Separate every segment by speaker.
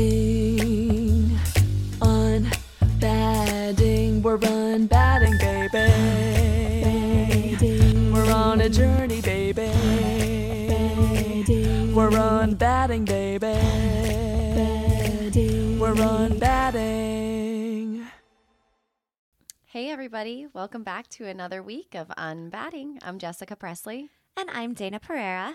Speaker 1: batting. On batting, we're on batting, baby. We're on a journey, baby. We're on batting, baby. We're on batting.
Speaker 2: Hey, everybody. Welcome back to another week of Unbatting. I'm Jessica Presley.
Speaker 3: And I'm Dana Pereira.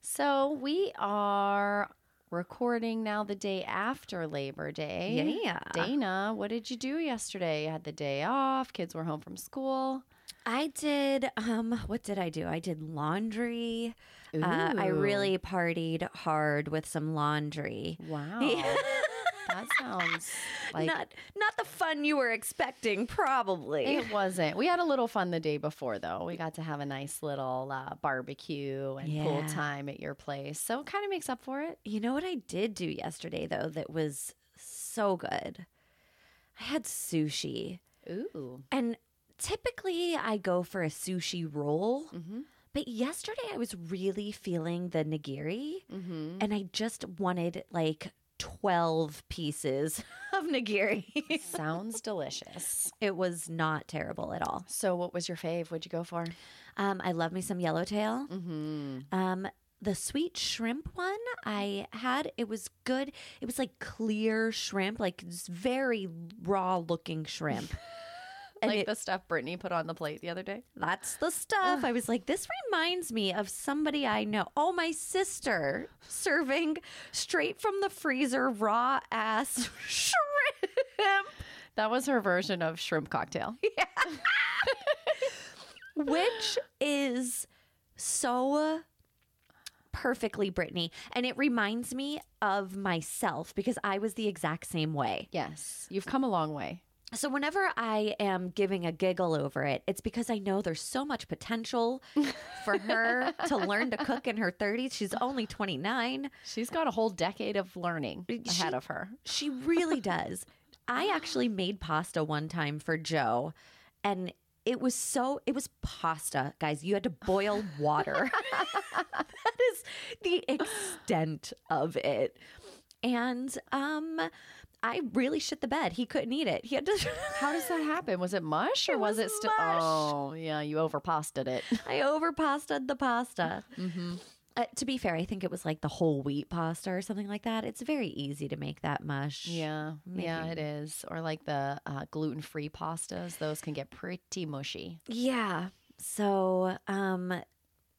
Speaker 2: So, we are recording now the day after Labor Day.
Speaker 3: Yeah.
Speaker 2: Dana, what did you do yesterday? You had the day off, kids were home from school.
Speaker 3: I did, um, what did I do? I did laundry. Uh, I really partied hard with some laundry.
Speaker 2: Wow.
Speaker 3: Yeah.
Speaker 2: that sounds like
Speaker 3: not, not the fun you were expecting, probably.
Speaker 2: it wasn't. We had a little fun the day before, though. We got to have a nice little uh, barbecue and pool
Speaker 3: Yeah.
Speaker 2: time at your place. So, it kind of makes up for it.
Speaker 3: You know what I did do yesterday, though, that was so good? I had sushi.
Speaker 2: Ooh.
Speaker 3: And typically I go for a sushi roll,
Speaker 2: Mm-hmm.
Speaker 3: but yesterday I was really feeling the nigiri.
Speaker 2: Mm-hmm.
Speaker 3: and I just wanted like 12 pieces of nigiri.
Speaker 2: Sounds delicious.
Speaker 3: it was not terrible at all.
Speaker 2: So, what was your fave? What'd you go for?
Speaker 3: Um, I love me some yellowtail.
Speaker 2: Mm-hmm.
Speaker 3: Um, the sweet shrimp one I had, it was good. It was like clear shrimp, like s- very raw looking shrimp. And
Speaker 2: like
Speaker 3: it-
Speaker 2: the stuff Brittany put on the plate the other day.
Speaker 3: That's the stuff.
Speaker 2: Ugh.
Speaker 3: I was like, this reminds me of somebody I know. Oh, my sister serving straight from the freezer raw ass shrimp.
Speaker 2: That was her version of shrimp cocktail.
Speaker 3: which is so perfectly Brittany. And it reminds me of myself because I was the exact same way.
Speaker 2: Yes, you've come a long way.
Speaker 3: So whenever I am giving a giggle over it, it's because I know there's so much potential for her to learn to cook in her 30s. She's only 29.
Speaker 2: She's got a whole decade of learning ahead
Speaker 3: She-
Speaker 2: of her.
Speaker 3: She really does. I actually made pasta one time for Joe and it was so it was pasta, guys. You had to boil water. that is the extent of it. And um I really shit the bed. He couldn't eat it. He had to
Speaker 2: How does that happen? Was it mush or
Speaker 3: It
Speaker 2: was,
Speaker 3: was
Speaker 2: it still?
Speaker 3: mush.
Speaker 2: Oh, yeah, you over pasted it.
Speaker 3: I overpastaed the pasta.
Speaker 2: Mm-hmm.
Speaker 3: Uh, to be fair, I think it was like the whole wheat pasta or something like that. It's very easy to make that mush.
Speaker 2: Yeah, yeah, it is. Or like the uh, gluten-free pastas; those can get pretty mushy.
Speaker 3: Yeah. So, um,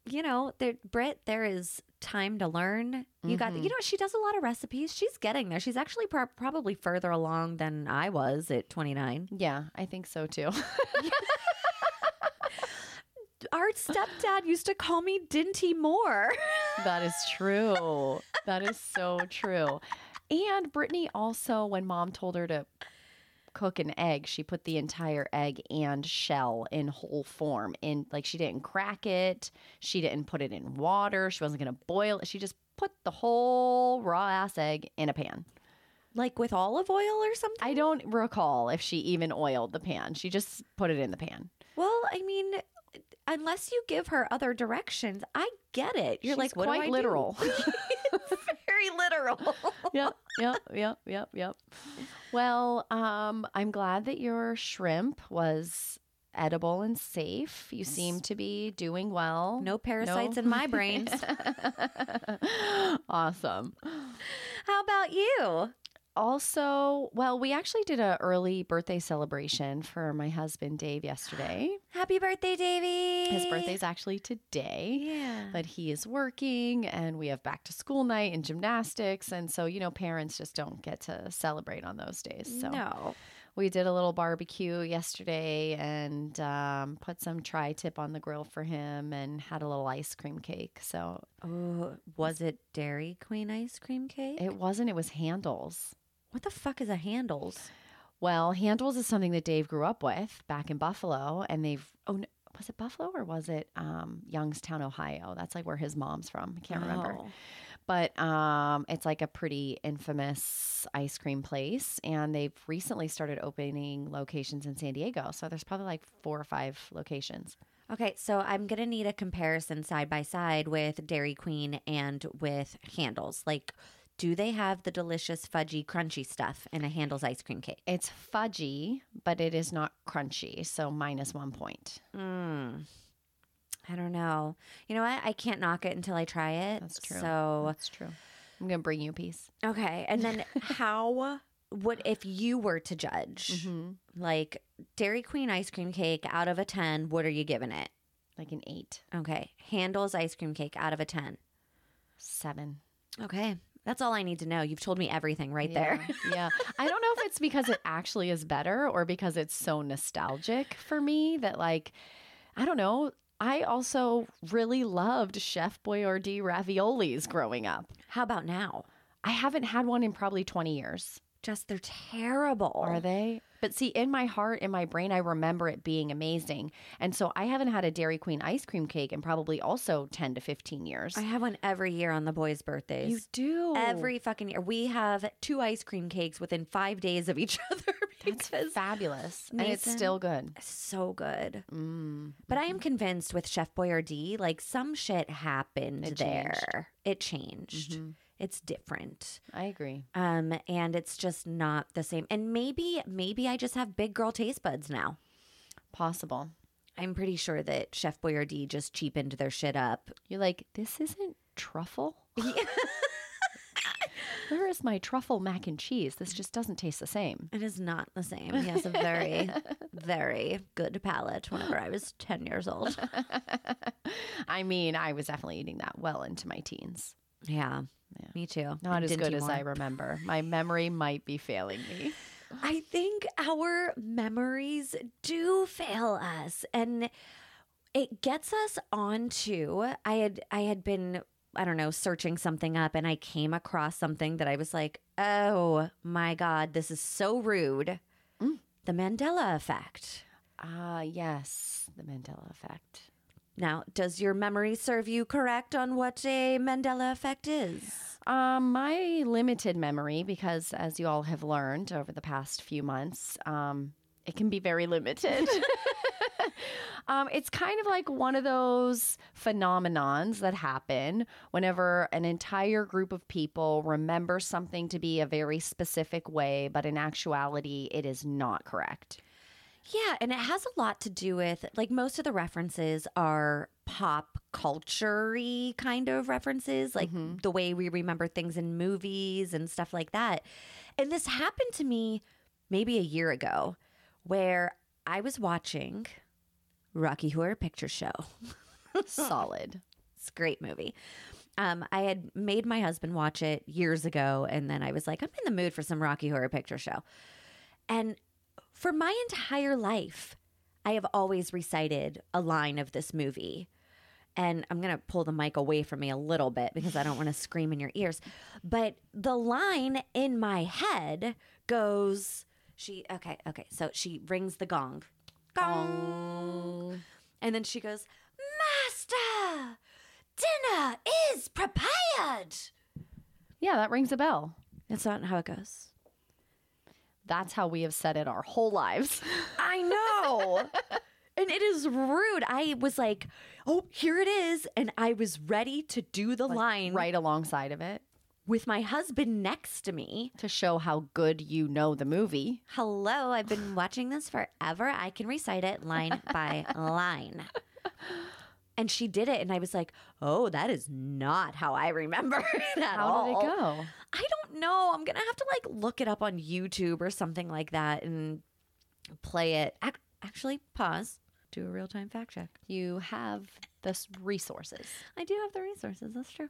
Speaker 3: you know, there, Britt, there is time to learn. You got,
Speaker 2: Mhm.
Speaker 3: you know, she does a lot of recipes. She's getting there. She's actually pro- probably further along than I was at 29.
Speaker 2: Yeah, I think so too.
Speaker 3: Our stepdad used to call me Dinty Moore.
Speaker 2: That is true. that is so true. And Brittany also, when mom told her to cook an egg, she put the entire egg and shell in whole form. In like she didn't crack it, she didn't put it in water, she wasn't gonna boil it. She just put the whole raw ass egg in a pan.
Speaker 3: like with olive oil or something.
Speaker 2: I don't recall if she even oiled the pan. She just put it in the pan.
Speaker 3: Well, I mean, unless you give her other directions, I get it. You're
Speaker 2: She's
Speaker 3: like, what do
Speaker 2: quite
Speaker 3: I do?"
Speaker 2: literal.
Speaker 3: Very literal.
Speaker 2: yep, yep, yep, yep, yep. Well, um, I'm glad that your shrimp was edible and safe. You seem to be doing well.
Speaker 3: No parasites in my brains.
Speaker 2: awesome.
Speaker 3: How about you?
Speaker 2: Also, well, we actually did a early birthday celebration for my husband Dave yesterday.
Speaker 3: Happy birthday, Davy.
Speaker 2: His birthday's actually today.
Speaker 3: Yeah.
Speaker 2: But he is working and we have back to school night and gymnastics. And so, you know, parents just don't get to celebrate on those days. So
Speaker 3: no.
Speaker 2: We did a little barbecue yesterday and um, put some tri tip on the grill for him and had a little ice cream cake. So
Speaker 3: Oh, was it Dairy Queen ice cream cake?
Speaker 2: it wasn't, it was handles.
Speaker 3: what the fuck is a handles?
Speaker 2: Well, handles is something that Dave grew up with back in Buffalo. And they've, oh, no, was it Buffalo or was it um, Youngstown, Ohio? That's like where his mom's from. I can't remember.
Speaker 3: Oh.
Speaker 2: But um, it's like a pretty infamous ice cream place. And they've recently started opening locations in San Diego. So there's probably like four or five locations.
Speaker 3: Okay, so I'm gonna need a comparison side by side with Dairy Queen and with handles. Like, do they have the delicious fudgy crunchy stuff in a Handel's ice cream cake?
Speaker 2: It's fudgy, but it is not crunchy. So minus one point.
Speaker 3: Mm. I don't know. You know what? I can't knock it until I try it.
Speaker 2: That's true.
Speaker 3: So
Speaker 2: Oh, That's true. I'm going to bring you a piece.
Speaker 3: okay, and then how would if you were to judge
Speaker 2: Mhm.
Speaker 3: like Dairy Queen ice cream cake out of a ten? What are you giving it?
Speaker 2: Like an eight,
Speaker 3: Okay, Handel's ice cream cake out of a ten.
Speaker 2: seven.
Speaker 3: Okay, that's all I need to know. You've told me everything right there.
Speaker 2: Yeah. yeah. I don't know if it's because it actually is better or because it's so nostalgic for me that like I don't know. I also really loved Chef Boyardee raviolis growing up.
Speaker 3: How about now?
Speaker 2: I haven't had one in probably 20 years.
Speaker 3: Just they're terrible.
Speaker 2: Are they? But see, in my heart, in my brain, I remember it being amazing. And so I haven't had a Dairy Queen ice cream cake in probably also 10 to 15 years.
Speaker 3: I have one every year on the boys' birthdays.
Speaker 2: you do.
Speaker 3: Every fucking year. We have two ice cream cakes within five days of each other
Speaker 2: That's
Speaker 3: because
Speaker 2: fabulous. And it's
Speaker 3: Nathan-
Speaker 2: still good.
Speaker 3: so good.
Speaker 2: Mm.
Speaker 3: But I am convinced with Chef Boyardee, like some shit happened
Speaker 2: It changed.
Speaker 3: there. It changed.
Speaker 2: Mhm.
Speaker 3: It's different.
Speaker 2: I agree.
Speaker 3: Um, and it's just not the same. And maybe, maybe I just have big girl taste buds now.
Speaker 2: Possible.
Speaker 3: I'm pretty sure that Chef Boyardee just cheapened their shit up.
Speaker 2: You're like, this isn't truffle. Where is my truffle mac and cheese? This just doesn't taste the same.
Speaker 3: It is not the same. He has a very, very good palate whenever I was 10 years old.
Speaker 2: I mean, I was definitely eating that well into my teens.
Speaker 3: Yeah,
Speaker 2: Yeah.
Speaker 3: me too.
Speaker 2: Not
Speaker 3: And
Speaker 2: as
Speaker 3: Dinty
Speaker 2: good as I
Speaker 3: Moore.
Speaker 2: remember. My memory might be failing me.
Speaker 3: I think our memories do fail us, and it gets us onto. I had I had been I don't know searching something up, and I came across something that I was like, oh my god, this is so rude.
Speaker 2: Mm.
Speaker 3: The Mandela effect.
Speaker 2: Ah, yes, the Mandela effect.
Speaker 3: Now, does your memory serve you correct on what a Mandela effect is?
Speaker 2: Um, my limited memory, because as you all have learned over the past few months, um, it can be very limited. um, it's kind of like one of those phenomenons that happen whenever an entire group of people remember something to be a very specific way, but in actuality, it is not correct.
Speaker 3: Yeah, and it has a lot to do with like most of the references are pop culture kind of references, like the way we remember things in movies and stuff like that. And this happened to me maybe a year ago where I was watching Rocky Horror Picture Show.
Speaker 2: Solid.
Speaker 3: It's a great movie. Um, I had made my husband watch it years ago, and then I was like, I'm in the mood for some Rocky Horror Picture Show. And for my entire life, I have always recited a line of this movie. And I'm going to pull the mic away from me a little bit because I don't want to scream in your ears. But the line in my head goes, she, okay, okay. So she rings the gong. Gong. And then she goes, Master, dinner is prepared.
Speaker 2: Yeah, that rings a bell.
Speaker 3: That's not how it goes.
Speaker 2: That's how we have said it our whole lives.
Speaker 3: I know. and it is rude. I was like, oh, here it is. And I was ready to do the line
Speaker 2: right alongside of it
Speaker 3: with my husband next to me.
Speaker 2: to show how good you know the movie.
Speaker 3: Hello, I've been watching this forever. I can recite it line by line. And she did it. And I was like, oh, that is not how I remember it at
Speaker 2: How
Speaker 3: all.
Speaker 2: did it go?
Speaker 3: I don't know. I'm gonna have to like look it up on YouTube or something like that and play it. Ac- actually, pause. Do a real time fact check.
Speaker 2: You have the s- resources.
Speaker 3: I do have the resources. That's true.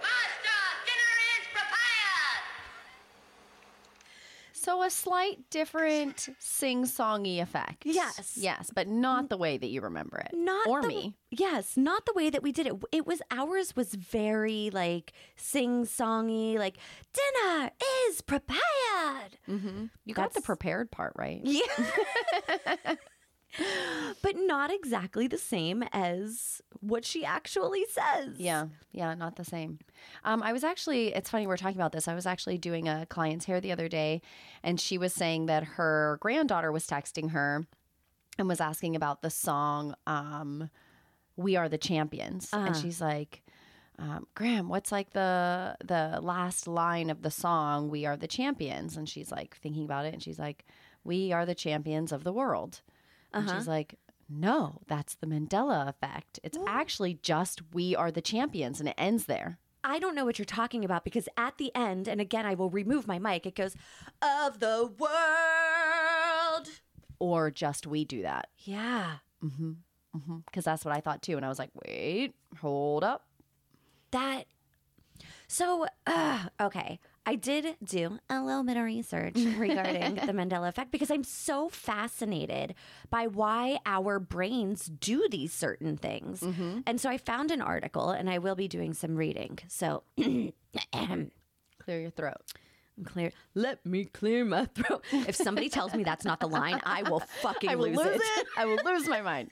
Speaker 4: Master, dinner is prepared.
Speaker 2: So a slight different sing-songy effect.
Speaker 3: Yes.
Speaker 2: Yes, but not the way that you remember it.
Speaker 3: Not
Speaker 2: or
Speaker 3: the-
Speaker 2: me.
Speaker 3: Yes, not the way that we did it. It was ours was very like sing songy, like dinner is prepared.
Speaker 2: Mm-hmm. You got the
Speaker 3: That's-
Speaker 2: prepared part right.
Speaker 3: Yeah. but not exactly the same as what she actually says.
Speaker 2: Yeah, yeah, not the same. Um, I was actually, it's funny we're talking about this. I was actually doing a client's hair the other day, and she was saying that her granddaughter was texting her and was asking about the song um, We Are the Champions. And
Speaker 3: Uh-huh.
Speaker 2: she's like, um, Graham, what's like the the last line of the song "We Are the Champions"? And she's like thinking about it, and she's like, "We are the champions of the world." And
Speaker 3: Uh-huh.
Speaker 2: she's like, "No, that's the Mandela effect. It's actually just we are the champions," and it ends there.
Speaker 3: I don't know what you're talking about because at the end, and again, I will remove my mic, it goes, of the world.
Speaker 2: Or just we do that.
Speaker 3: Yeah.
Speaker 2: Mm-hmm. Mm-hmm. Because that's what I thought too, and I was like, "Wait, hold up."
Speaker 3: That. So, uh, okay. I did do a little bit of research regarding the Mandela effect because I'm so fascinated by why our brains do these certain things. And so I found an article and I will be doing some reading. So,
Speaker 2: Clear your throat.
Speaker 3: I'm clear. Let me clear my throat. If somebody tells me that's not the line, I will fucking lose, it.
Speaker 2: I will lose my mind.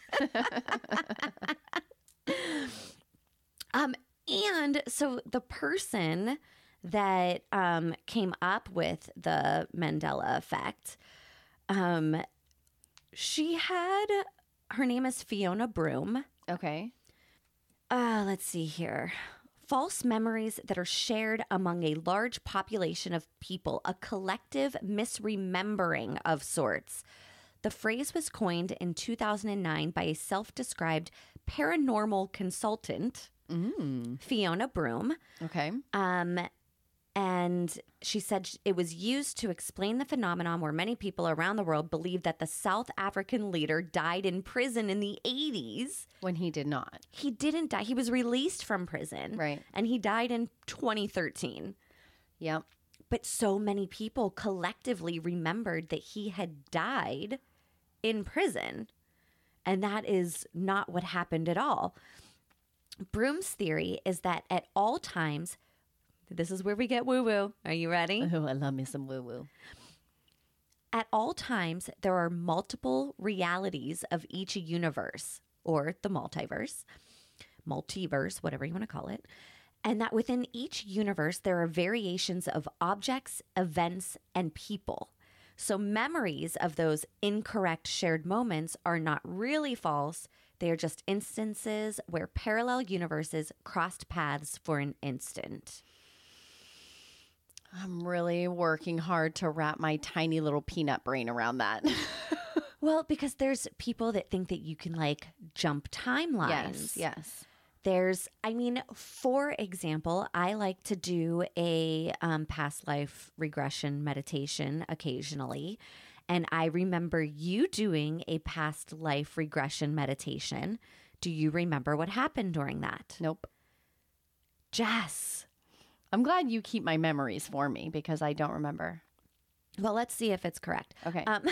Speaker 3: Um, and so the person that um came up with the Mandela effect, um, she had her name is Fiona Broom.
Speaker 2: Okay.
Speaker 3: Uh, let's see here. False memories that are shared among a large population of people, a collective misremembering of sorts. The phrase was coined in 2009 by a self described paranormal consultant, Fiona Broom.
Speaker 2: Mm. Okay.
Speaker 3: Um, and she said sh- it was used to explain the phenomenon where many people around the world believe that the South African leader died in prison in the 80s
Speaker 2: When he did not.
Speaker 3: he didn't die. He was released from prison.
Speaker 2: Right.
Speaker 3: And he died in 2013.
Speaker 2: Yep.
Speaker 3: But so many people collectively remembered that he had died in prison. And that is not what happened at all. Broom's theory is that at all times, this is where we get woo woo. Are you ready?
Speaker 2: Oh, I love me some woo woo.
Speaker 3: At all times, there are multiple realities of each universe or the multiverse, multiverse, whatever you want to call it. And that within each universe, there are variations of objects, events, and people. So memories of those incorrect shared moments are not really false. They are just instances where parallel universes crossed paths for an instant.
Speaker 2: I'm really working hard to wrap my tiny little peanut brain around that.
Speaker 3: Well, because there's people that think that you can like jump timelines.
Speaker 2: yes. Yes.
Speaker 3: There's, I mean, for example, I like to do a um, past life regression meditation occasionally. And I remember you doing a past life regression meditation. Do you remember what happened during that?
Speaker 2: Nope.
Speaker 3: Jess.
Speaker 2: I'm glad you keep my memories for me because I don't remember.
Speaker 3: Well, let's see if it's correct.
Speaker 2: Okay.
Speaker 3: Um,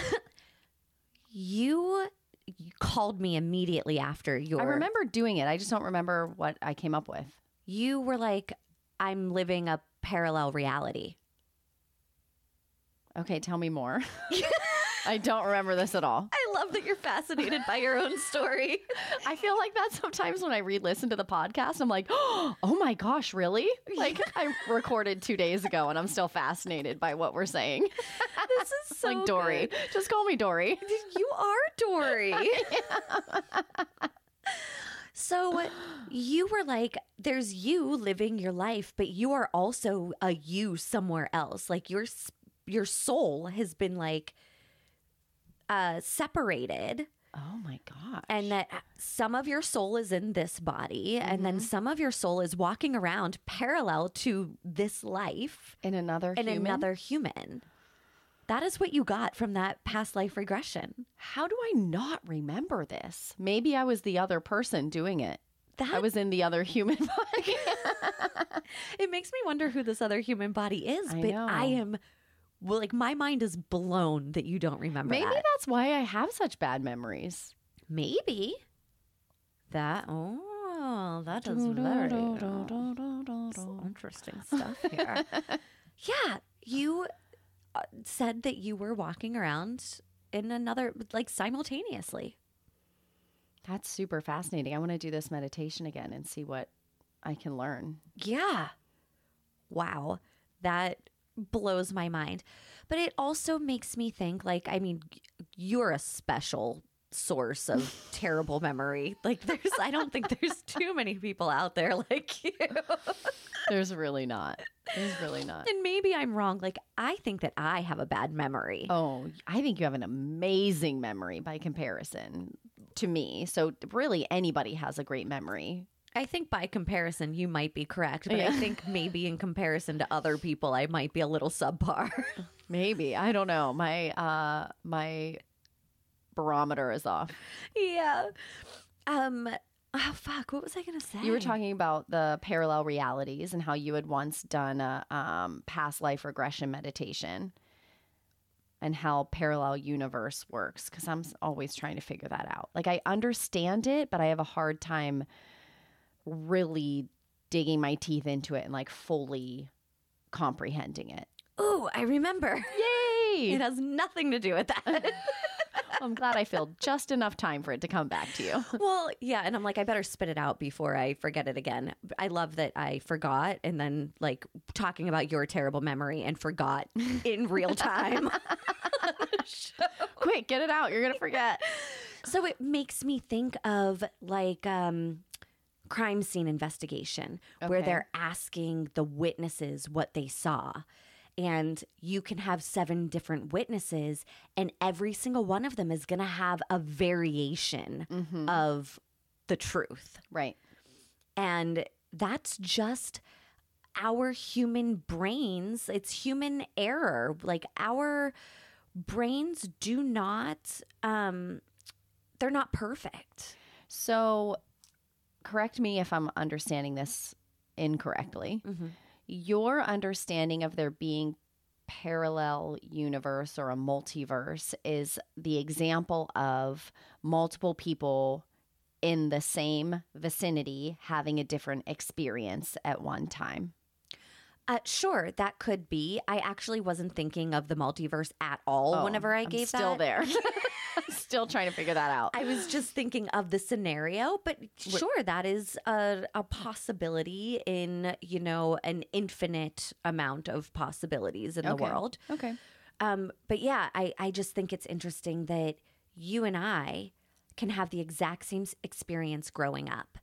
Speaker 3: you, you called me immediately after your.
Speaker 2: I remember doing it. I just don't remember what I came up with.
Speaker 3: You were like, I'm living a parallel reality.
Speaker 2: Okay, tell me more. I don't remember this at all.
Speaker 3: I love that you're fascinated by your own story.
Speaker 2: I feel like that sometimes when I re-listen to the podcast, I'm like, oh my gosh, really? Like I recorded two days ago and I'm still fascinated by what we're saying.
Speaker 3: This is so
Speaker 2: like Dory.
Speaker 3: good.
Speaker 2: Just call me Dory.
Speaker 3: You are Dory. so you were like, there's you living your life, but you are also a you somewhere else. Like your s- your soul has been like uh separated
Speaker 2: Oh my gosh.
Speaker 3: and that some of your soul is in this body and then some of your soul is walking around parallel to this life
Speaker 2: in another
Speaker 3: and
Speaker 2: human.
Speaker 3: another human. That is what you got from that past life regression.
Speaker 2: How do I not remember this? Maybe I was the other person doing it.
Speaker 3: That
Speaker 2: I was in the other human body.
Speaker 3: it makes me wonder who this other human body is,
Speaker 2: I
Speaker 3: but
Speaker 2: know.
Speaker 3: I am well, like my mind is blown that you don't remember
Speaker 2: Maybe
Speaker 3: that.
Speaker 2: that's why I have such bad memories.
Speaker 3: Maybe that. Oh, that is very interesting stuff here. yeah, you uh, said that you were walking around in another, like simultaneously.
Speaker 2: That's super fascinating. I want to do this meditation again and see what I can learn.
Speaker 3: Yeah. Wow. That blows my mind. But it also makes me think like, I mean, you're a special source of terrible memory. Like there's I don't think there's too many people out there like you.
Speaker 2: There's really not. There's really not.
Speaker 3: And maybe I'm wrong. Like I think that I have a bad memory.
Speaker 2: Oh, I think you have an amazing memory by comparison to me. So really anybody has a great memory.
Speaker 3: I think by comparison you might be correct, but I
Speaker 2: Yeah.
Speaker 3: think maybe in comparison to other people I might be a little subpar.
Speaker 2: Maybe. I don't know. My uh my barometer is off.
Speaker 3: yeah. Um oh fuck, what was I going to say?
Speaker 2: You were talking about the parallel realities and how you had once done a um, past life regression meditation and how parallel universe works because I'm s- always trying to figure that out. Like I understand it, but I have a hard time really digging my teeth into it and like fully comprehending it.
Speaker 3: Oh, I remember.
Speaker 2: Yay!
Speaker 3: It has nothing to do with that.
Speaker 2: I'm glad I filled just enough time for it to come back to you.
Speaker 3: well, yeah, and I'm like, I better spit it out before I forget it again. I love that I forgot and then like talking about your terrible memory and forgot in real time.
Speaker 2: Quick, get it out. You're going to forget.
Speaker 3: so it makes me think of like um crime scene investigation where
Speaker 2: Okay.
Speaker 3: they're asking the witnesses what they saw. And you can have seven different witnesses, and every single one of them is going to have a variation
Speaker 2: Mhm.
Speaker 3: of the truth.
Speaker 2: Right.
Speaker 3: And that's just our human brains. It's human error. Like our brains do not um they're not perfect.
Speaker 2: So, correct me if I'm understanding this incorrectly. Your understanding of there being parallel universe or a multiverse is the example of multiple people in the same vicinity having a different experience at one time.
Speaker 3: Uh, sure, that could be. I actually wasn't thinking of the multiverse at all
Speaker 2: Oh,
Speaker 3: whenever I
Speaker 2: I'm
Speaker 3: gave
Speaker 2: still
Speaker 3: that.
Speaker 2: there. still trying to figure that out.
Speaker 3: I was just thinking of the scenario, but sure, that is a, a possibility in, you know, an infinite amount of possibilities in the
Speaker 2: Okay.
Speaker 3: world.
Speaker 2: okay.
Speaker 3: Um, but yeah, I, I just think it's interesting that you and I can have the exact same s- experience growing up,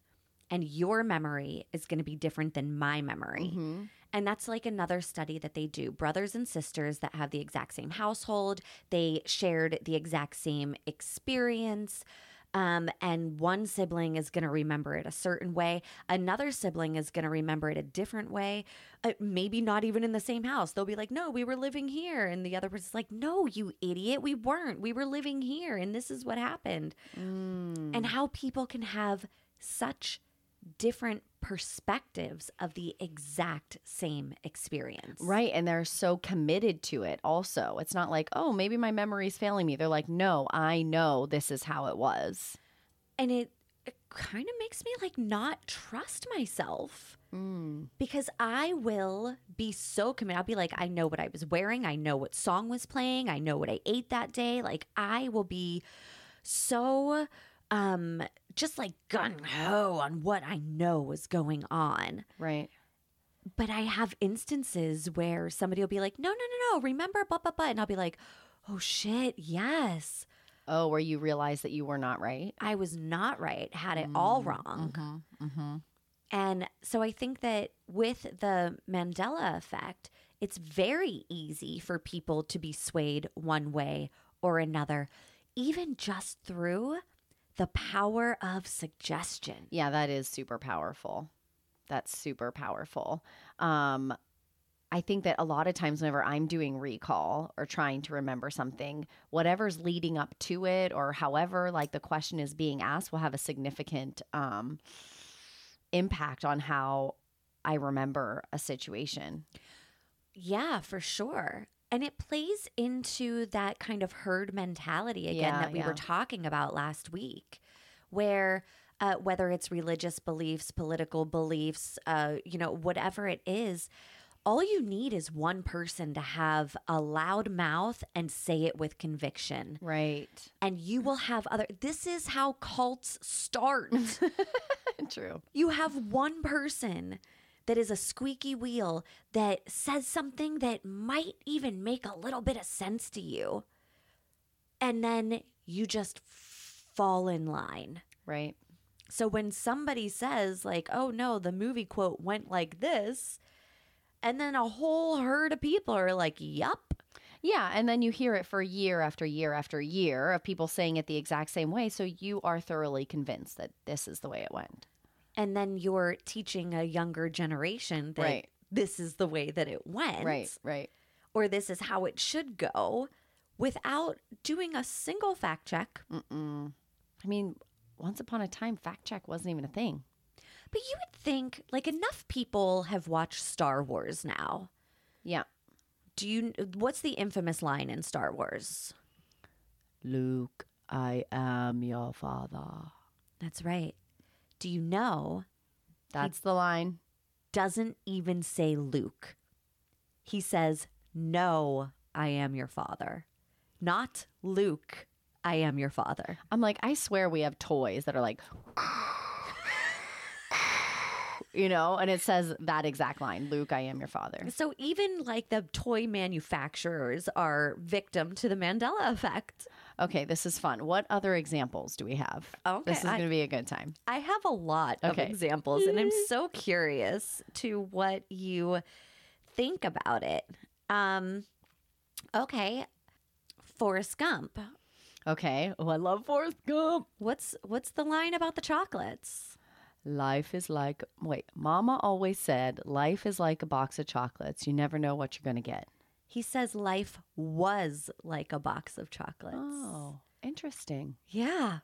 Speaker 3: and your memory is going to be different than my memory.
Speaker 2: Mhm.
Speaker 3: And that's like another study that they do. Brothers and sisters that have the exact same household, they shared the exact same experience. Um, and one sibling is going to remember it a certain way. Another sibling is going to remember it a different way. Uh, maybe not even in the same house. They'll be like, no, we were living here. And the other person's like, no, you idiot. We weren't. We were living here. And this is what happened.
Speaker 2: Mm.
Speaker 3: And how people can have such different perspectives of the exact same experience.
Speaker 2: Right. And they're so committed to it also. It's not like, oh, maybe my memory's failing me. They're like, no, I know this is how it was.
Speaker 3: And it, it kind of makes me like not trust myself because I will be so committed. I'll be like, I know what I was wearing. I know what song was playing. I know what I ate that day. Like, I will be so um just like gung ho on what I know was going on.
Speaker 2: Right.
Speaker 3: but I have instances where somebody will be like, no, no, no, no, remember, blah, blah, blah. And I'll be like, oh shit, yes,
Speaker 2: Oh, where you realize that you were not right.
Speaker 3: I was not right, had it all
Speaker 2: Mm,
Speaker 3: wrong.
Speaker 2: mm-hmm.
Speaker 3: And so I think that with the Mandela effect, it's very easy for people to be swayed one way or another, even just through the power of suggestion.
Speaker 2: Yeah, that is super powerful. That's super powerful. Um, I think that a lot of times, whenever I'm doing recall or trying to remember something, whatever's leading up to it, or however, like the question is being asked, will have a significant um, impact on how I remember a situation.
Speaker 3: Yeah, for sure. And it plays into that kind of herd mentality again
Speaker 2: Yeah,
Speaker 3: that we
Speaker 2: yeah.
Speaker 3: were talking about last week, where uh, whether it's religious beliefs, political beliefs, uh, you know, whatever it is, all you need is one person to have a loud mouth and say it with conviction
Speaker 2: Right.
Speaker 3: and
Speaker 2: Mm.
Speaker 3: you will have other this is how cults start
Speaker 2: True.
Speaker 3: you have one person that is a squeaky wheel that says something that might even make a little bit of sense to you. And then you just fall in line.
Speaker 2: right?
Speaker 3: So when somebody says, like, oh no, the movie quote went like this, and then a whole herd of people are like, yup.
Speaker 2: Yeah, and then you hear it for year after year after year of people saying it the exact same way, so you are thoroughly convinced that this is the way it went.
Speaker 3: And then you're teaching a younger generation that
Speaker 2: Right.
Speaker 3: this is the way that it went,
Speaker 2: Right, right.
Speaker 3: or this is how it should go without doing a single fact check.
Speaker 2: Mm-mm. I mean, once upon a time, fact check wasn't even a thing.
Speaker 3: But you would think, like, enough people have watched Star Wars now.
Speaker 2: Yeah.
Speaker 3: Do you, what's the infamous line in Star Wars?
Speaker 2: Luke, I am your father.
Speaker 3: That's right. Do you know
Speaker 2: That's the line.
Speaker 3: doesn't even say Luke. He says, No, I am your father. Not Luke, I am your father.
Speaker 2: I'm like, I swear we have toys that are like, you know, and it says that exact line Luke, I am your father.
Speaker 3: So even like the toy manufacturers are victim to the Mandela effect.
Speaker 2: Okay, this is fun. What other examples do we have?
Speaker 3: Okay,
Speaker 2: This is
Speaker 3: I-
Speaker 2: going to be a good time.
Speaker 3: I have a lot of
Speaker 2: Okay.
Speaker 3: examples, and I'm so curious to what you think about it. Um, okay, Forrest Gump.
Speaker 2: Okay. Oh, I love Forrest Gump.
Speaker 3: What's what's the line about the chocolates?
Speaker 2: Life is like, wait, mama always said, life is like a box of chocolates. You never know what you're going to get.
Speaker 3: He says life was like a box of chocolates.
Speaker 2: Oh, interesting.
Speaker 3: Yeah.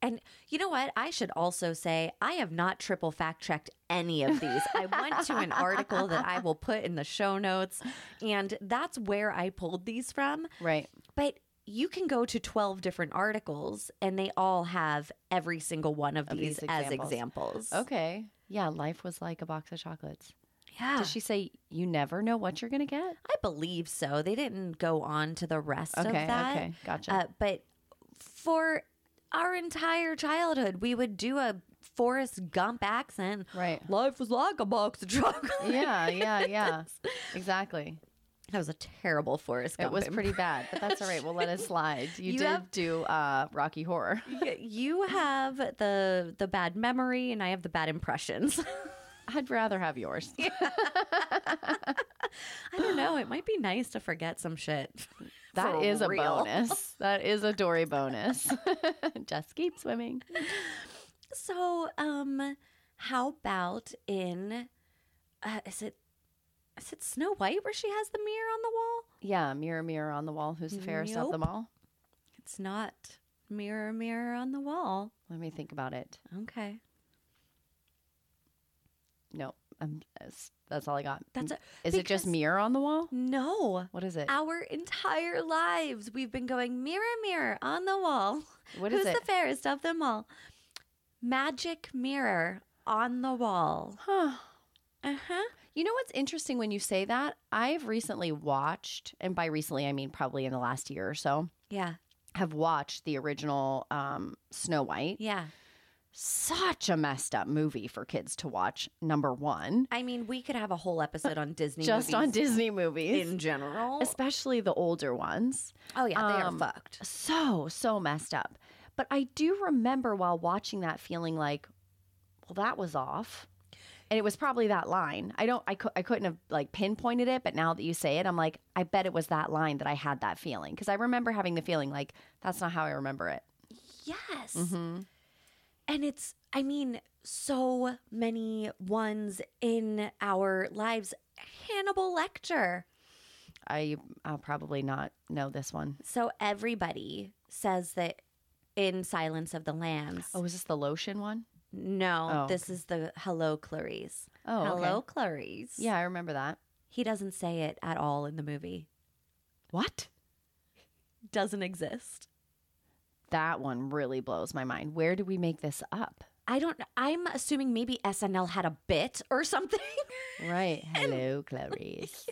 Speaker 3: And you know what? I should also say I have not triple fact checked any of these. I went to an article that I will put in the show notes, and that's where I pulled these from.
Speaker 2: Right.
Speaker 3: But you can go to 12 different articles, and they all have every single one of
Speaker 2: Of
Speaker 3: these,
Speaker 2: these
Speaker 3: as
Speaker 2: examples.
Speaker 3: examples.
Speaker 2: Okay. Yeah, life was like a box of chocolates.
Speaker 3: Yeah.
Speaker 2: Did she say, you never know what you're going to get?
Speaker 3: I believe so. They didn't go on to the rest of
Speaker 2: Okay.
Speaker 3: that.
Speaker 2: Okay. Gotcha.
Speaker 3: Uh, but for our entire childhood, we would do a Forrest Gump accent.
Speaker 2: right.
Speaker 3: Life was like a box of chocolate.
Speaker 2: Yeah. Yeah. Yeah. exactly.
Speaker 3: That was a terrible Forrest Gump.
Speaker 2: It was
Speaker 3: imp-
Speaker 2: pretty bad, but that's all right. We'll let it slide. You,
Speaker 3: You
Speaker 2: did
Speaker 3: have-
Speaker 2: do uh, Rocky Horror.
Speaker 3: Y- You have the the bad memory, and I have the bad impressions.
Speaker 2: I'd rather have yours.
Speaker 3: I don't know. It might be nice to forget some shit.
Speaker 2: That
Speaker 3: For
Speaker 2: is a
Speaker 3: real.
Speaker 2: bonus. That is a Dory bonus. Just keep swimming.
Speaker 3: So, um, how about in? Uh, is it? Is it Snow White where she has the mirror on the wall?
Speaker 2: Yeah, mirror, mirror on the wall. Who's the fairest of them all?
Speaker 3: It's not mirror, mirror on the wall.
Speaker 2: Let me think about it.
Speaker 3: Okay.
Speaker 2: No, I'm, that's- that's all I got.
Speaker 3: That's a-
Speaker 2: is it just
Speaker 3: because-
Speaker 2: mirror on the wall?
Speaker 3: No.
Speaker 2: What is it?
Speaker 3: Our entire lives, we've been going mirror, mirror on the wall.
Speaker 2: What is
Speaker 3: Who's
Speaker 2: it?
Speaker 3: the fairest of them all? Magic mirror on the wall.
Speaker 2: huh.
Speaker 3: Uh huh.
Speaker 2: You know what's interesting when you say that? I've recently watched, and by recently I mean probably in the last year or so,
Speaker 3: Yeah.
Speaker 2: have watched the original um, Snow White.
Speaker 3: Yeah.
Speaker 2: Such a messed up movie for kids to watch. Number one,
Speaker 3: I mean, we could have a whole episode on Disney.
Speaker 2: just on
Speaker 3: movies
Speaker 2: Disney movies.
Speaker 3: in general.
Speaker 2: especially the older ones.
Speaker 3: Oh yeah, they
Speaker 2: Um,
Speaker 3: are fucked.
Speaker 2: So, so messed up. But I do remember while watching that feeling like, well, that was off. And it was probably that line. I don't, I, cou- I couldn't have like pinpointed it, but now that you say it, I'm like, I bet it was that line that I had that feeling. Cause I remember having the feeling like, that's not how I remember it.
Speaker 3: Yes.
Speaker 2: Mm-hmm.
Speaker 3: And it's, I mean, so many ones in our lives. Hannibal Lecter.
Speaker 2: I, I'll probably not know this one.
Speaker 3: So everybody says that in Silence of the Lambs.
Speaker 2: Oh, is this the lotion one?
Speaker 3: no,
Speaker 2: Oh,
Speaker 3: this is the Hello Clarice.
Speaker 2: Oh, okay.
Speaker 3: Hello Clarice.
Speaker 2: Yeah, I remember that.
Speaker 3: He doesn't say it at all in the movie.
Speaker 2: What?
Speaker 3: Doesn't exist.
Speaker 2: That one really blows my mind. Where do we make this up?
Speaker 3: I don't I'm assuming maybe SNL had a bit or something.
Speaker 2: Right. Hello, Clarice.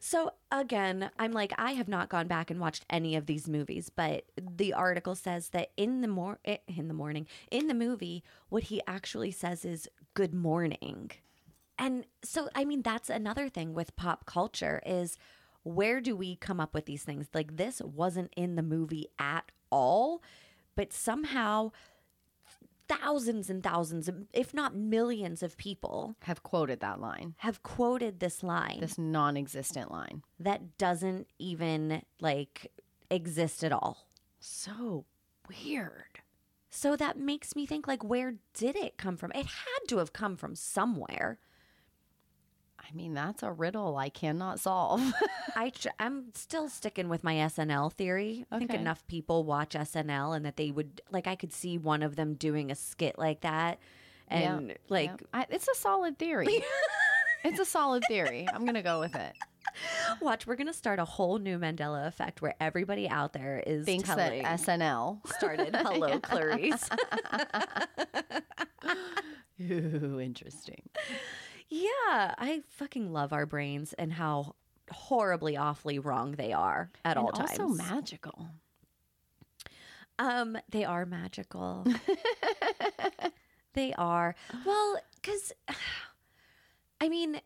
Speaker 3: So again, I'm like, I have not gone back and watched any of these movies, but the article says that in the mor eh, in the morning in the movie, what he actually says is "Good morning," and so I mean that's another thing with pop culture is where do we come up with these things? Like this wasn't in the movie at all, But somehow, thousands and thousands, if not millions of people
Speaker 2: Have quoted that line,
Speaker 3: have quoted this line
Speaker 2: this non existent line.
Speaker 3: that doesn't even like exist at all.
Speaker 2: So weird.
Speaker 3: So that makes me think like where did it come from? It had to have come from somewhere.
Speaker 2: I mean, that's a riddle I cannot solve.
Speaker 3: I tr- I'm still sticking with my SNL theory. I think
Speaker 2: Okay.
Speaker 3: enough people watch SNL and that they would like I could see one of them doing a skit like that
Speaker 2: Yeah,
Speaker 3: and like
Speaker 2: Yep. I, it's a solid theory. it's a solid theory. I'm gonna go with it.
Speaker 3: oh, watch we're going to start a whole new Mandela effect where everybody out there is
Speaker 2: Thinks
Speaker 3: telling
Speaker 2: that SNL.
Speaker 3: started hello Clarice.
Speaker 2: Ooh, interesting.
Speaker 3: yeah, I fucking love our brains and how horribly awfully wrong they are at
Speaker 2: and
Speaker 3: all times.
Speaker 2: also magical.
Speaker 3: Um, they are magical. they are. Well, because I mean,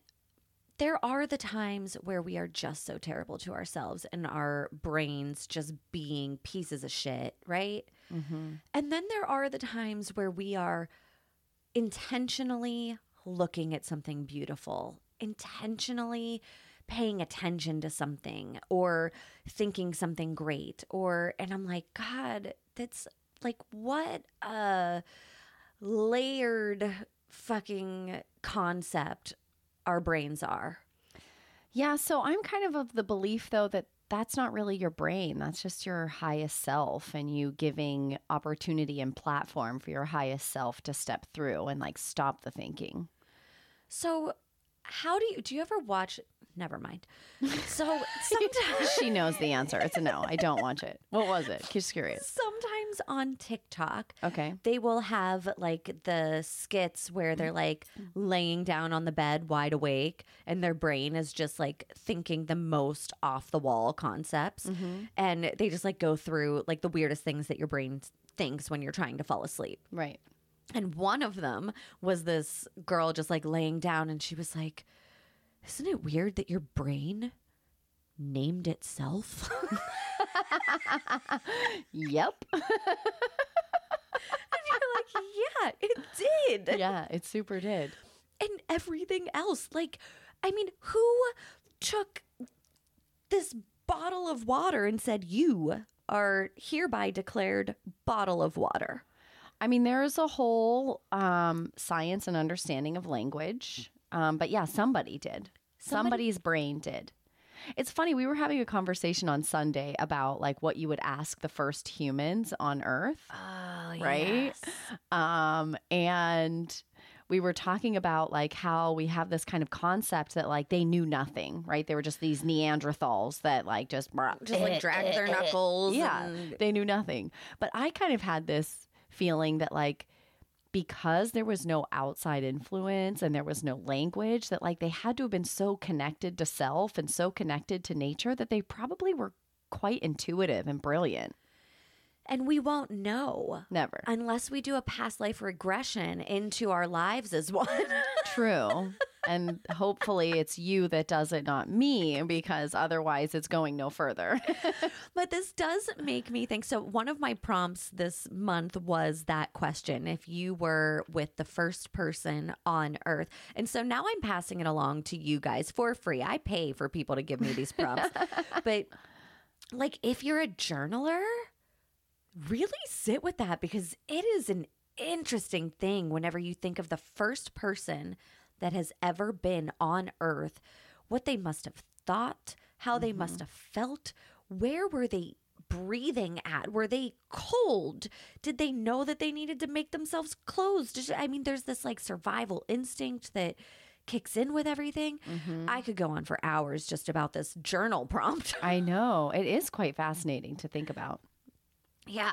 Speaker 3: there are the times where we are just so terrible to ourselves and our brains just being pieces of shit, right?
Speaker 2: Mm-hmm.
Speaker 3: And then there are the times where we are intentionally looking at something beautiful, intentionally paying attention to something or thinking something great or and I'm like, god, that's like what a layered fucking concept our brains are.
Speaker 2: Yeah, so I'm kind of of the belief though that that's not really your brain. That's just your highest self and you giving opportunity and platform for your highest self to step through and like stop the thinking.
Speaker 3: So, how do you do you ever watch never mind. So, sometimes
Speaker 2: she knows the answer. It's a no. I don't watch it. What was it? Just curious.
Speaker 3: sometimes on TikTok
Speaker 2: Okay.
Speaker 3: they will have like the skits where they're like laying down on the bed wide awake and their brain is just like thinking the most off the wall concepts
Speaker 2: Mm.
Speaker 3: and they just like go through like the weirdest things that your brain thinks when you're trying to fall asleep
Speaker 2: Right.
Speaker 3: and one of them was this girl just like laying down and she was like isn't it weird that your brain named itself
Speaker 2: Yep.
Speaker 3: you're like yeah it did
Speaker 2: yeah, it super did.
Speaker 3: and everything else. Like, I mean, who took this bottle of water and said, You are hereby declared bottle of water?
Speaker 2: I mean, there is a whole um, science and understanding of language. Um, but yeah, somebody did.
Speaker 3: Somebody-
Speaker 2: Somebody's brain did. It's funny, we were having a conversation on Sunday about like what you would ask the first humans on Earth.
Speaker 3: Oh,
Speaker 2: Right? Um, and we were talking about like how we have this kind of concept that like they knew nothing, right? They were just these Neanderthals that like just
Speaker 3: Just
Speaker 2: Eh,
Speaker 3: like drag their knuckles.
Speaker 2: yeah,
Speaker 3: and-
Speaker 2: they knew nothing. But I kind of had this feeling that like because there was no outside influence and there was no language that like they had to have been so connected to self and so connected to nature that they probably were quite intuitive and brilliant.
Speaker 3: and we won't know
Speaker 2: Never.
Speaker 3: unless we do a past life regression into our lives as one.
Speaker 2: True. And hopefully it's you that does it, not me, because otherwise it's going no further.
Speaker 3: But this does make me think. So, one of my prompts this month was that question if you were with the first person on earth. And so now I'm passing it along to you guys for free. I pay for people to give me these prompts. but, like, if you're a journaler, really sit with that because it is an interesting thing whenever you think of the first person that has ever been on earth, what they must have thought, how they must have felt, where were they breathing at? Were they cold? Did they know that they needed to make themselves clothes? Just- I mean, there's this like survival instinct that kicks in with everything.
Speaker 2: Mm-hmm.
Speaker 3: I could go on for hours just about this journal prompt.
Speaker 2: I know. It is quite fascinating to think about.
Speaker 3: yeah.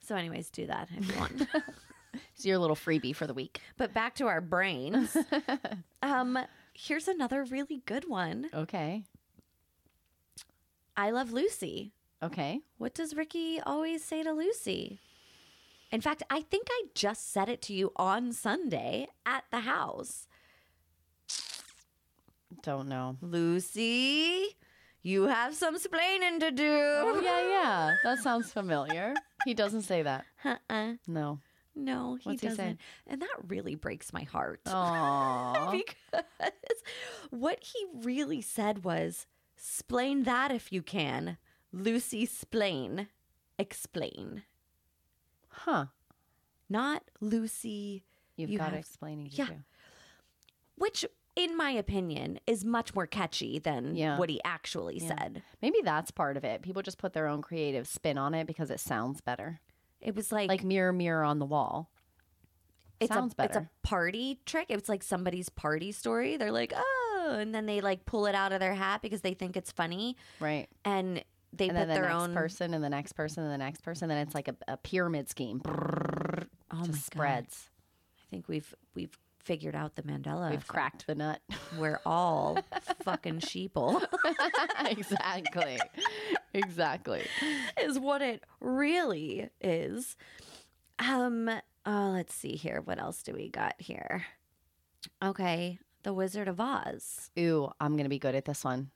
Speaker 3: So, anyways, do that if you want.
Speaker 2: It's your little freebie for the week.
Speaker 3: But back to our brains. um, here's another really good one.
Speaker 2: Okay.
Speaker 3: I love Lucy.
Speaker 2: Okay.
Speaker 3: What does Ricky always say to Lucy? In fact, I think I just said it to you on Sunday at the house.
Speaker 2: Don't know.
Speaker 3: Lucy, You have some splaining to
Speaker 2: Oh,
Speaker 3: do.
Speaker 2: yeah, yeah. That sounds familiar. He doesn't say that.
Speaker 3: Uh-uh.
Speaker 2: No.
Speaker 3: No, he
Speaker 2: What's he
Speaker 3: doesn't.
Speaker 2: saying?
Speaker 3: and that really breaks my heart.
Speaker 2: Aww.
Speaker 3: because what he really said was, "Splain that if you can, Lucy. Splain, explain,
Speaker 2: Huh.
Speaker 3: not Lucy."
Speaker 2: You've
Speaker 3: You
Speaker 2: got
Speaker 3: have-
Speaker 2: explaining to
Speaker 3: yeah.
Speaker 2: do.
Speaker 3: Which, in my opinion, is much more catchy than
Speaker 2: Yeah.
Speaker 3: what he actually
Speaker 2: Yeah.
Speaker 3: said.
Speaker 2: Maybe that's part of it. People just put their own creative spin on it because it sounds better.
Speaker 3: It was
Speaker 2: Like mirror, mirror on the wall.
Speaker 3: it's
Speaker 2: Sounds
Speaker 3: a, It's a
Speaker 2: better.
Speaker 3: party trick. It's like somebody's party story. They're like, oh, and then they like pull it out of their hat because they think it's funny,
Speaker 2: Right.
Speaker 3: and they
Speaker 2: and
Speaker 3: put
Speaker 2: then the
Speaker 3: their
Speaker 2: next
Speaker 3: own
Speaker 2: person and the next person and the next person. Then it's like a, a pyramid scheme. Brrrr,
Speaker 3: oh my
Speaker 2: just
Speaker 3: God.
Speaker 2: spreads.
Speaker 3: I think we've we've figured out the Mandela.
Speaker 2: We've
Speaker 3: effect.
Speaker 2: cracked the nut.
Speaker 3: We're all fucking sheeple,
Speaker 2: exactly. exactly.
Speaker 3: is what it really is. Um. Oh, let's see here. What else do we got here? Okay, The Wizard of Oz.
Speaker 2: Ooh, I'm going to be good at this one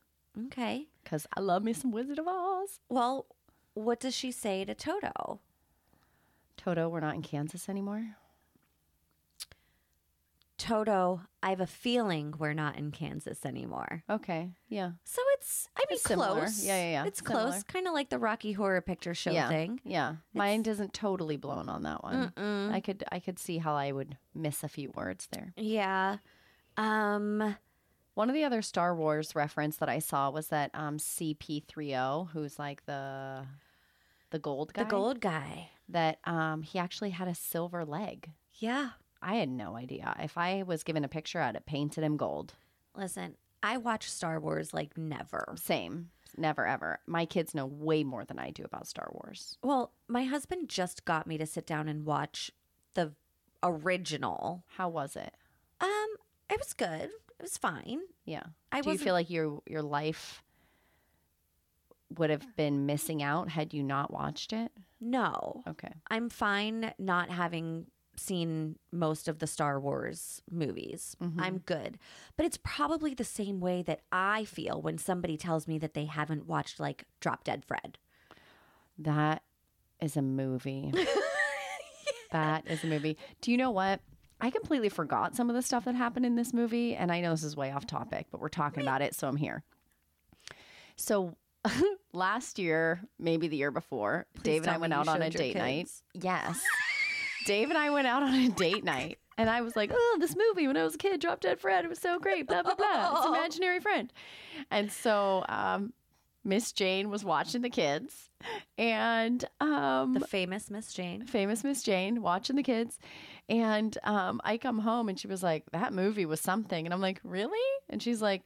Speaker 3: Okay.
Speaker 2: because I love me some Wizard of Oz.
Speaker 3: Well, what does she say to Toto?
Speaker 2: Toto, we're not in Kansas anymore.
Speaker 3: Toto, I have a feeling we're not in Kansas anymore.
Speaker 2: Okay. Yeah.
Speaker 3: So it's, I mean,
Speaker 2: It's similar.
Speaker 3: close.
Speaker 2: Yeah, yeah, yeah.
Speaker 3: It's
Speaker 2: Similar.
Speaker 3: close, kind of like the Rocky Horror Picture Show
Speaker 2: yeah.
Speaker 3: thing.
Speaker 2: Yeah. Mine isn't totally blown on that one. I could I could see how I would miss a few words there.
Speaker 3: Yeah. Um.
Speaker 2: One of the other Star Wars reference that I saw was that um, CP3O, oh, who's like the the gold guy,
Speaker 3: The gold guy.
Speaker 2: that um, he actually had a silver leg.
Speaker 3: Yeah.
Speaker 2: I had no idea. If I was given a picture, I'd have painted him gold.
Speaker 3: Listen, I watch Star Wars like never.
Speaker 2: Same. Never ever. My kids know way more than I do about Star Wars.
Speaker 3: Well, my husband just got me to sit down and watch the original.
Speaker 2: How was it?
Speaker 3: Um, it was good. It was fine.
Speaker 2: Yeah.
Speaker 3: I
Speaker 2: do you
Speaker 3: wasn't-
Speaker 2: feel like your your life would have been missing out had you not watched it?
Speaker 3: No,
Speaker 2: Okay.
Speaker 3: I'm fine not having seen most of the Star Wars movies.
Speaker 2: Mhm.
Speaker 3: I'm good. But it's probably the same way that I feel when somebody tells me that they haven't watched like Drop Dead Fred.
Speaker 2: That is a movie. That is a movie. Do you know what? I completely forgot some of the stuff that happened in this movie, and I know this is way off topic, but we're talking about it, so I'm here. So last year, maybe the year before, Dave and
Speaker 3: tell
Speaker 2: I
Speaker 3: me
Speaker 2: went
Speaker 3: you
Speaker 2: out on
Speaker 3: showed
Speaker 2: a
Speaker 3: your
Speaker 2: date night.
Speaker 3: kids.
Speaker 2: Yes. Dave and I went out on a date night, and I was like, "Oh, this movie when I was a kid, Drop Dead Fred, it was so great." Blah blah blah. It's imaginary friend, and so um, Miss Jane was watching the kids, and um,
Speaker 3: The famous Miss Jane.
Speaker 2: famous Miss Jane watching the kids. And um, I come home and she was like, that movie was something. And I'm like, really? And she's like,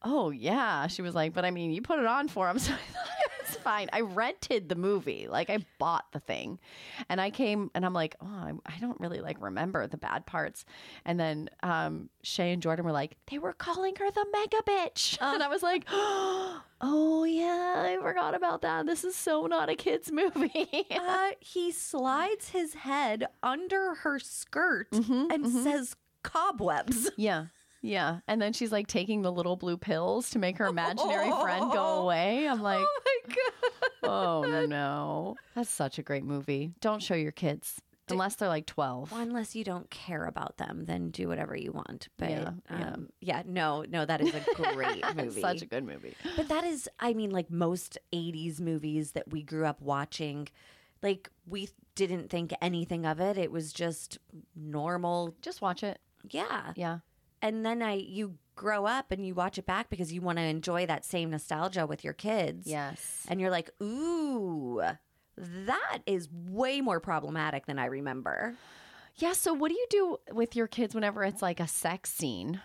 Speaker 2: oh, yeah. She was like, but I mean, you put it on for him. So I thought it's fine. I rented the movie. Like, I bought the thing. And I came and I'm like, oh, I, I don't really like remember the bad parts. And then um, Shay and Jordan were like, they were calling her the mega bitch. and I was like, oh, yeah, I forgot about that. This is so not a kid's movie.
Speaker 3: Uh, he slides his head under her skirt and says cobwebs.
Speaker 2: Yeah. Yeah. And then she's like taking the little blue pills to make her imaginary friend go away. I'm like,
Speaker 3: my god.
Speaker 2: oh no. That's such a great movie. Don't show your kids unless they're like 12.
Speaker 3: Well, unless you don't care about them, then do whatever you want. But
Speaker 2: Yeah,
Speaker 3: yeah,
Speaker 2: yeah.
Speaker 3: um, yeah no, no, that is a great
Speaker 2: It's
Speaker 3: movie.
Speaker 2: such a good movie.
Speaker 3: but that is, I mean, like most 80s movies that we grew up watching, like we didn't think anything of it. It was just normal.
Speaker 2: Just watch it.
Speaker 3: Yeah.
Speaker 2: Yeah.
Speaker 3: And then I, you grow up and you watch it back because you want to enjoy that same nostalgia with your kids.
Speaker 2: Yes.
Speaker 3: And you're like, ooh, that is way more problematic than I remember.
Speaker 2: Yeah. So what do you do with your kids whenever it's like a sex scene?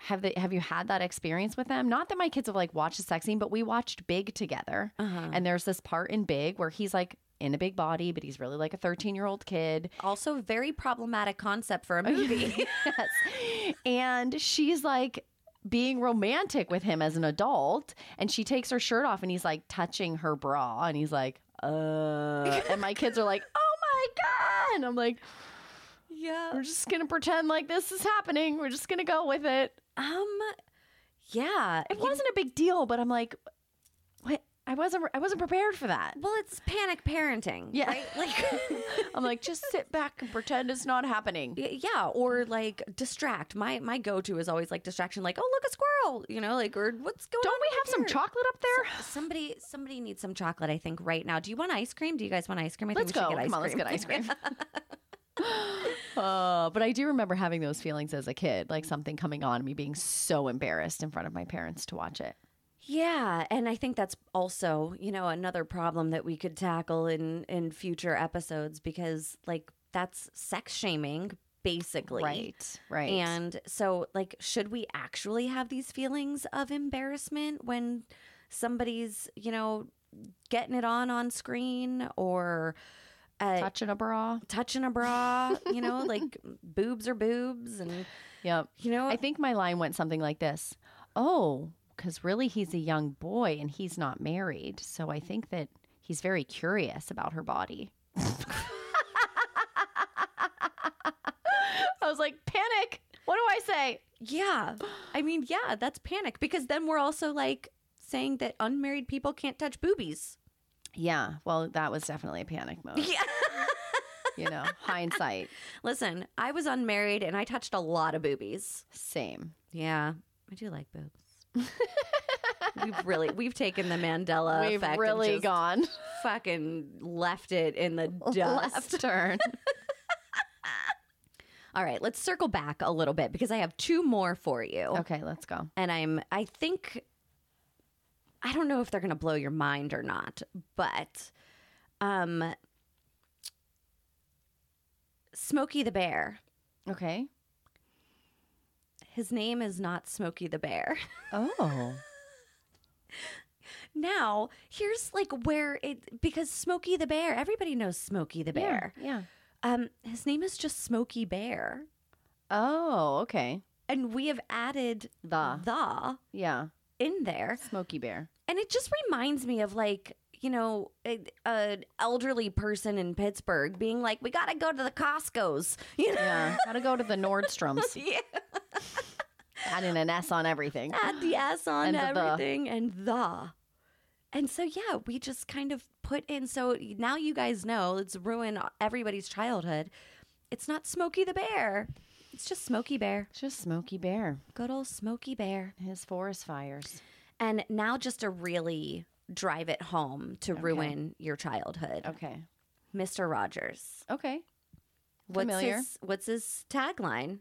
Speaker 2: Have they have you had that experience with them? Not that my kids have like watched a sex scene, but we watched Big together.
Speaker 3: Uh-huh.
Speaker 2: And there's this part in Big where he's like in a big body, but he's really like a 13 year old kid.
Speaker 3: Also, very problematic concept for a movie.
Speaker 2: yes. And she's like being romantic with him as an adult. And she takes her shirt off and he's like touching her bra. And he's like, uh. And my kids are like, oh my God. And I'm like,
Speaker 3: yeah.
Speaker 2: we're just going to pretend like this is happening. We're just going to go with it.
Speaker 3: Um. Yeah.
Speaker 2: It wasn't a big deal, but I'm like, I wasn't I wasn't prepared for that.
Speaker 3: Well, it's panic parenting.
Speaker 2: Yeah.
Speaker 3: Right? Like
Speaker 2: I'm like, just sit back and pretend it's not happening.
Speaker 3: Y- yeah or like distract my my go-to is always like distraction like oh look a squirrel you know like or what's going on
Speaker 2: Don't we
Speaker 3: over
Speaker 2: have some
Speaker 3: here?"
Speaker 2: chocolate up there?
Speaker 3: somebody somebody needs some chocolate i think right now do you want ice cream do you guys want ice cream i
Speaker 2: Let's
Speaker 3: think we
Speaker 2: go. Come
Speaker 3: should get ice
Speaker 2: on, let's
Speaker 3: cream
Speaker 2: get ice cream. Uh, but I do remember having those feelings as a kid, like something coming on me being so embarrassed in front of my parents to watch it.
Speaker 3: yeah and i think that's also you know another problem that we could tackle in in future episodes because like that's sex shaming basically
Speaker 2: Right.
Speaker 3: And so, like, should we actually have these feelings of embarrassment when somebody's, you know, getting it on on screen or uh,
Speaker 2: touching a bra.
Speaker 3: touching a bra? You know, like boobs are boobs, and
Speaker 2: Yep.
Speaker 3: you know,
Speaker 2: I think my line went something like this. Oh, because really he's a young boy and he's not married. So I think that he's very curious about her body. I was like, panic. What do I say?
Speaker 3: yeah. I mean, yeah, that's panic because then we're also like saying that unmarried people can't touch boobies.
Speaker 2: Yeah. Well, that was definitely a panic mode.
Speaker 3: Yeah.
Speaker 2: You know, hindsight,
Speaker 3: Listen, I was unmarried and I touched a lot of boobies.
Speaker 2: same.
Speaker 3: Yeah, I do like boobs. we've really we've taken the Mandela
Speaker 2: We've
Speaker 3: effect and
Speaker 2: really
Speaker 3: just
Speaker 2: gone
Speaker 3: fucking left it in the dust.
Speaker 2: left turn.
Speaker 3: All right, let's circle back a little bit because I have two more for you,
Speaker 2: okay, let's go.
Speaker 3: and I'm I think I don't know if they're gonna blow your mind or not, but um, Smokey the Bear.
Speaker 2: Okay.
Speaker 3: His name is not Smokey the Bear.
Speaker 2: Oh.
Speaker 3: Now, here's like where it because Smokey the Bear, everybody knows Smokey the Bear.
Speaker 2: Yeah. yeah.
Speaker 3: Um, his name is just Smokey Bear,
Speaker 2: Oh, okay.
Speaker 3: and we have added
Speaker 2: The.
Speaker 3: the
Speaker 2: Yeah.
Speaker 3: in there,
Speaker 2: Smoky Bear.
Speaker 3: and it just reminds me of like you know a- an elderly person in Pittsburgh being like, "We gotta go to the Costco's," you know.
Speaker 2: Yeah. Gotta go to the Nordstroms.
Speaker 3: Yeah.
Speaker 2: Adding an S on everything.
Speaker 3: Add the S on
Speaker 2: And the the.
Speaker 3: everything and the. And so, yeah, we just kind of put in. So now you guys know, let's ruin everybody's childhood. It's not Smokey the Bear, it's just Smokey Bear.
Speaker 2: It's Just Smoky Bear.
Speaker 3: Good old Smokey Bear.
Speaker 2: His forest fires.
Speaker 3: And now, just to really drive it home to ruin your childhood,
Speaker 2: Okay.
Speaker 3: Mr. Rogers.
Speaker 2: Okay.
Speaker 3: What's
Speaker 2: Familiar.
Speaker 3: his, what's his tagline?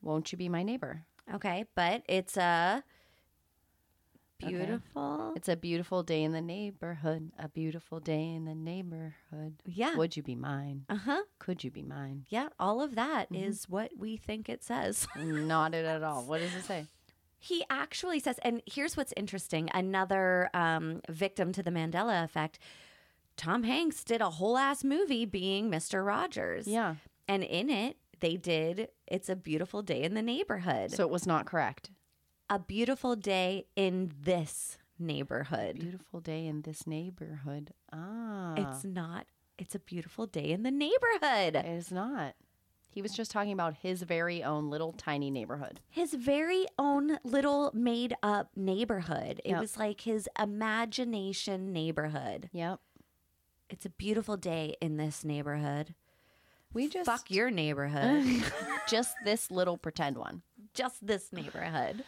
Speaker 2: Won't you be my neighbor?
Speaker 3: Okay, but it's a
Speaker 2: Okay.
Speaker 3: beautiful.
Speaker 2: It's a beautiful day in the neighborhood. A beautiful day in the neighborhood.
Speaker 3: Yeah.
Speaker 2: Would you be mine?
Speaker 3: Uh huh.
Speaker 2: Could you be mine?
Speaker 3: Yeah, all of that
Speaker 2: Mm-hmm.
Speaker 3: is what we think it says.
Speaker 2: Not it at all. What does it say?
Speaker 3: He actually says, and here's what's interesting another um, victim to the Mandela effect Tom Hanks did a whole ass movie being Mr. Rogers.
Speaker 2: Yeah.
Speaker 3: And in it, they did It's a Beautiful Day in the Neighborhood.
Speaker 2: So it was not correct.
Speaker 3: a beautiful day in this neighborhood.
Speaker 2: Beautiful day in this neighborhood. Ah.
Speaker 3: It's not, it's a beautiful day in the neighborhood.
Speaker 2: It is not. He was just talking about his very own little tiny neighborhood.
Speaker 3: His very own little made up neighborhood. It
Speaker 2: Yep.
Speaker 3: was like his imagination neighborhood.
Speaker 2: Yep.
Speaker 3: It's a beautiful day in this neighborhood.
Speaker 2: We just
Speaker 3: Fuck your neighborhood.
Speaker 2: just this little pretend one.
Speaker 3: Just this neighborhood.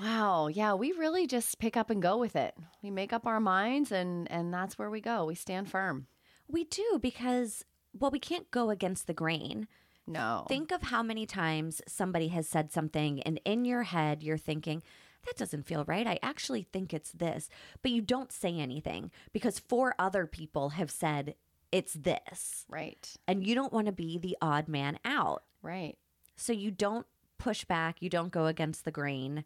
Speaker 2: Wow. Yeah, we really just pick up and go with it. We make up our minds and and that's where we go. We stand firm.
Speaker 3: We do because, well, we can't go against the grain.
Speaker 2: No.
Speaker 3: Think of how many times somebody has said something, and in your head, you're thinking, that doesn't feel right. I actually think it's this. But you don't say anything because four other people have said it's this.
Speaker 2: right.
Speaker 3: And you don't want to be the odd man out.
Speaker 2: Right.
Speaker 3: so you don't push back you don't go against the grain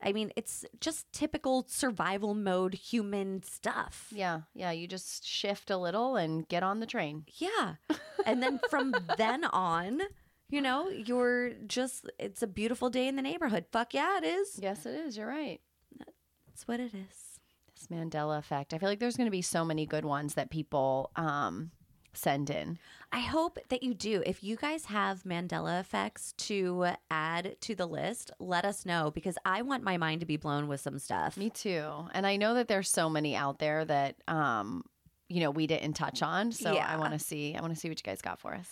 Speaker 3: i mean it's just typical survival mode human stuff
Speaker 2: Yeah. Yeah, you just shift a little and get on the train.
Speaker 3: yeah and then from then on you know you're just it's a beautiful day in the neighborhood fuck yeah it is
Speaker 2: Yes, it is. You're right.
Speaker 3: that's what it is
Speaker 2: This Mandela effect. I feel like there's going to be so many good ones that people um, send in.
Speaker 3: I hope that you do. If you guys have Mandela effects to add to the list, let us know because I want my mind to be blown with some stuff.
Speaker 2: Me too. And I know that there's so many out there that um you know we didn't touch on. So I
Speaker 3: Yeah.
Speaker 2: want to see I want to see what you guys got for us.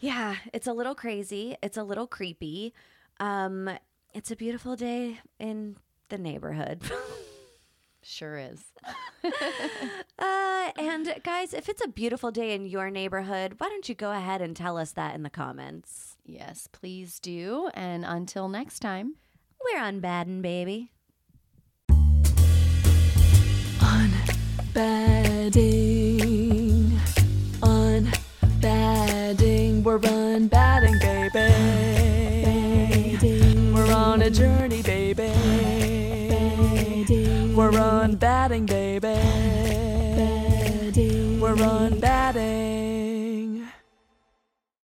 Speaker 3: Yeah, it's a little crazy. It's a little creepy. Um, it's a beautiful day in the neighborhood.
Speaker 2: Sure is.
Speaker 3: uh, and guys, if it's a beautiful day in your neighborhood, why don't you go ahead and tell us that in the comments?
Speaker 2: Yes, please do. And until next time.
Speaker 3: We're on Baden, baby.
Speaker 1: Batting, on batting, we're on batting, baby. We're on a journey, baby. We're on batting, baby. We're on batting.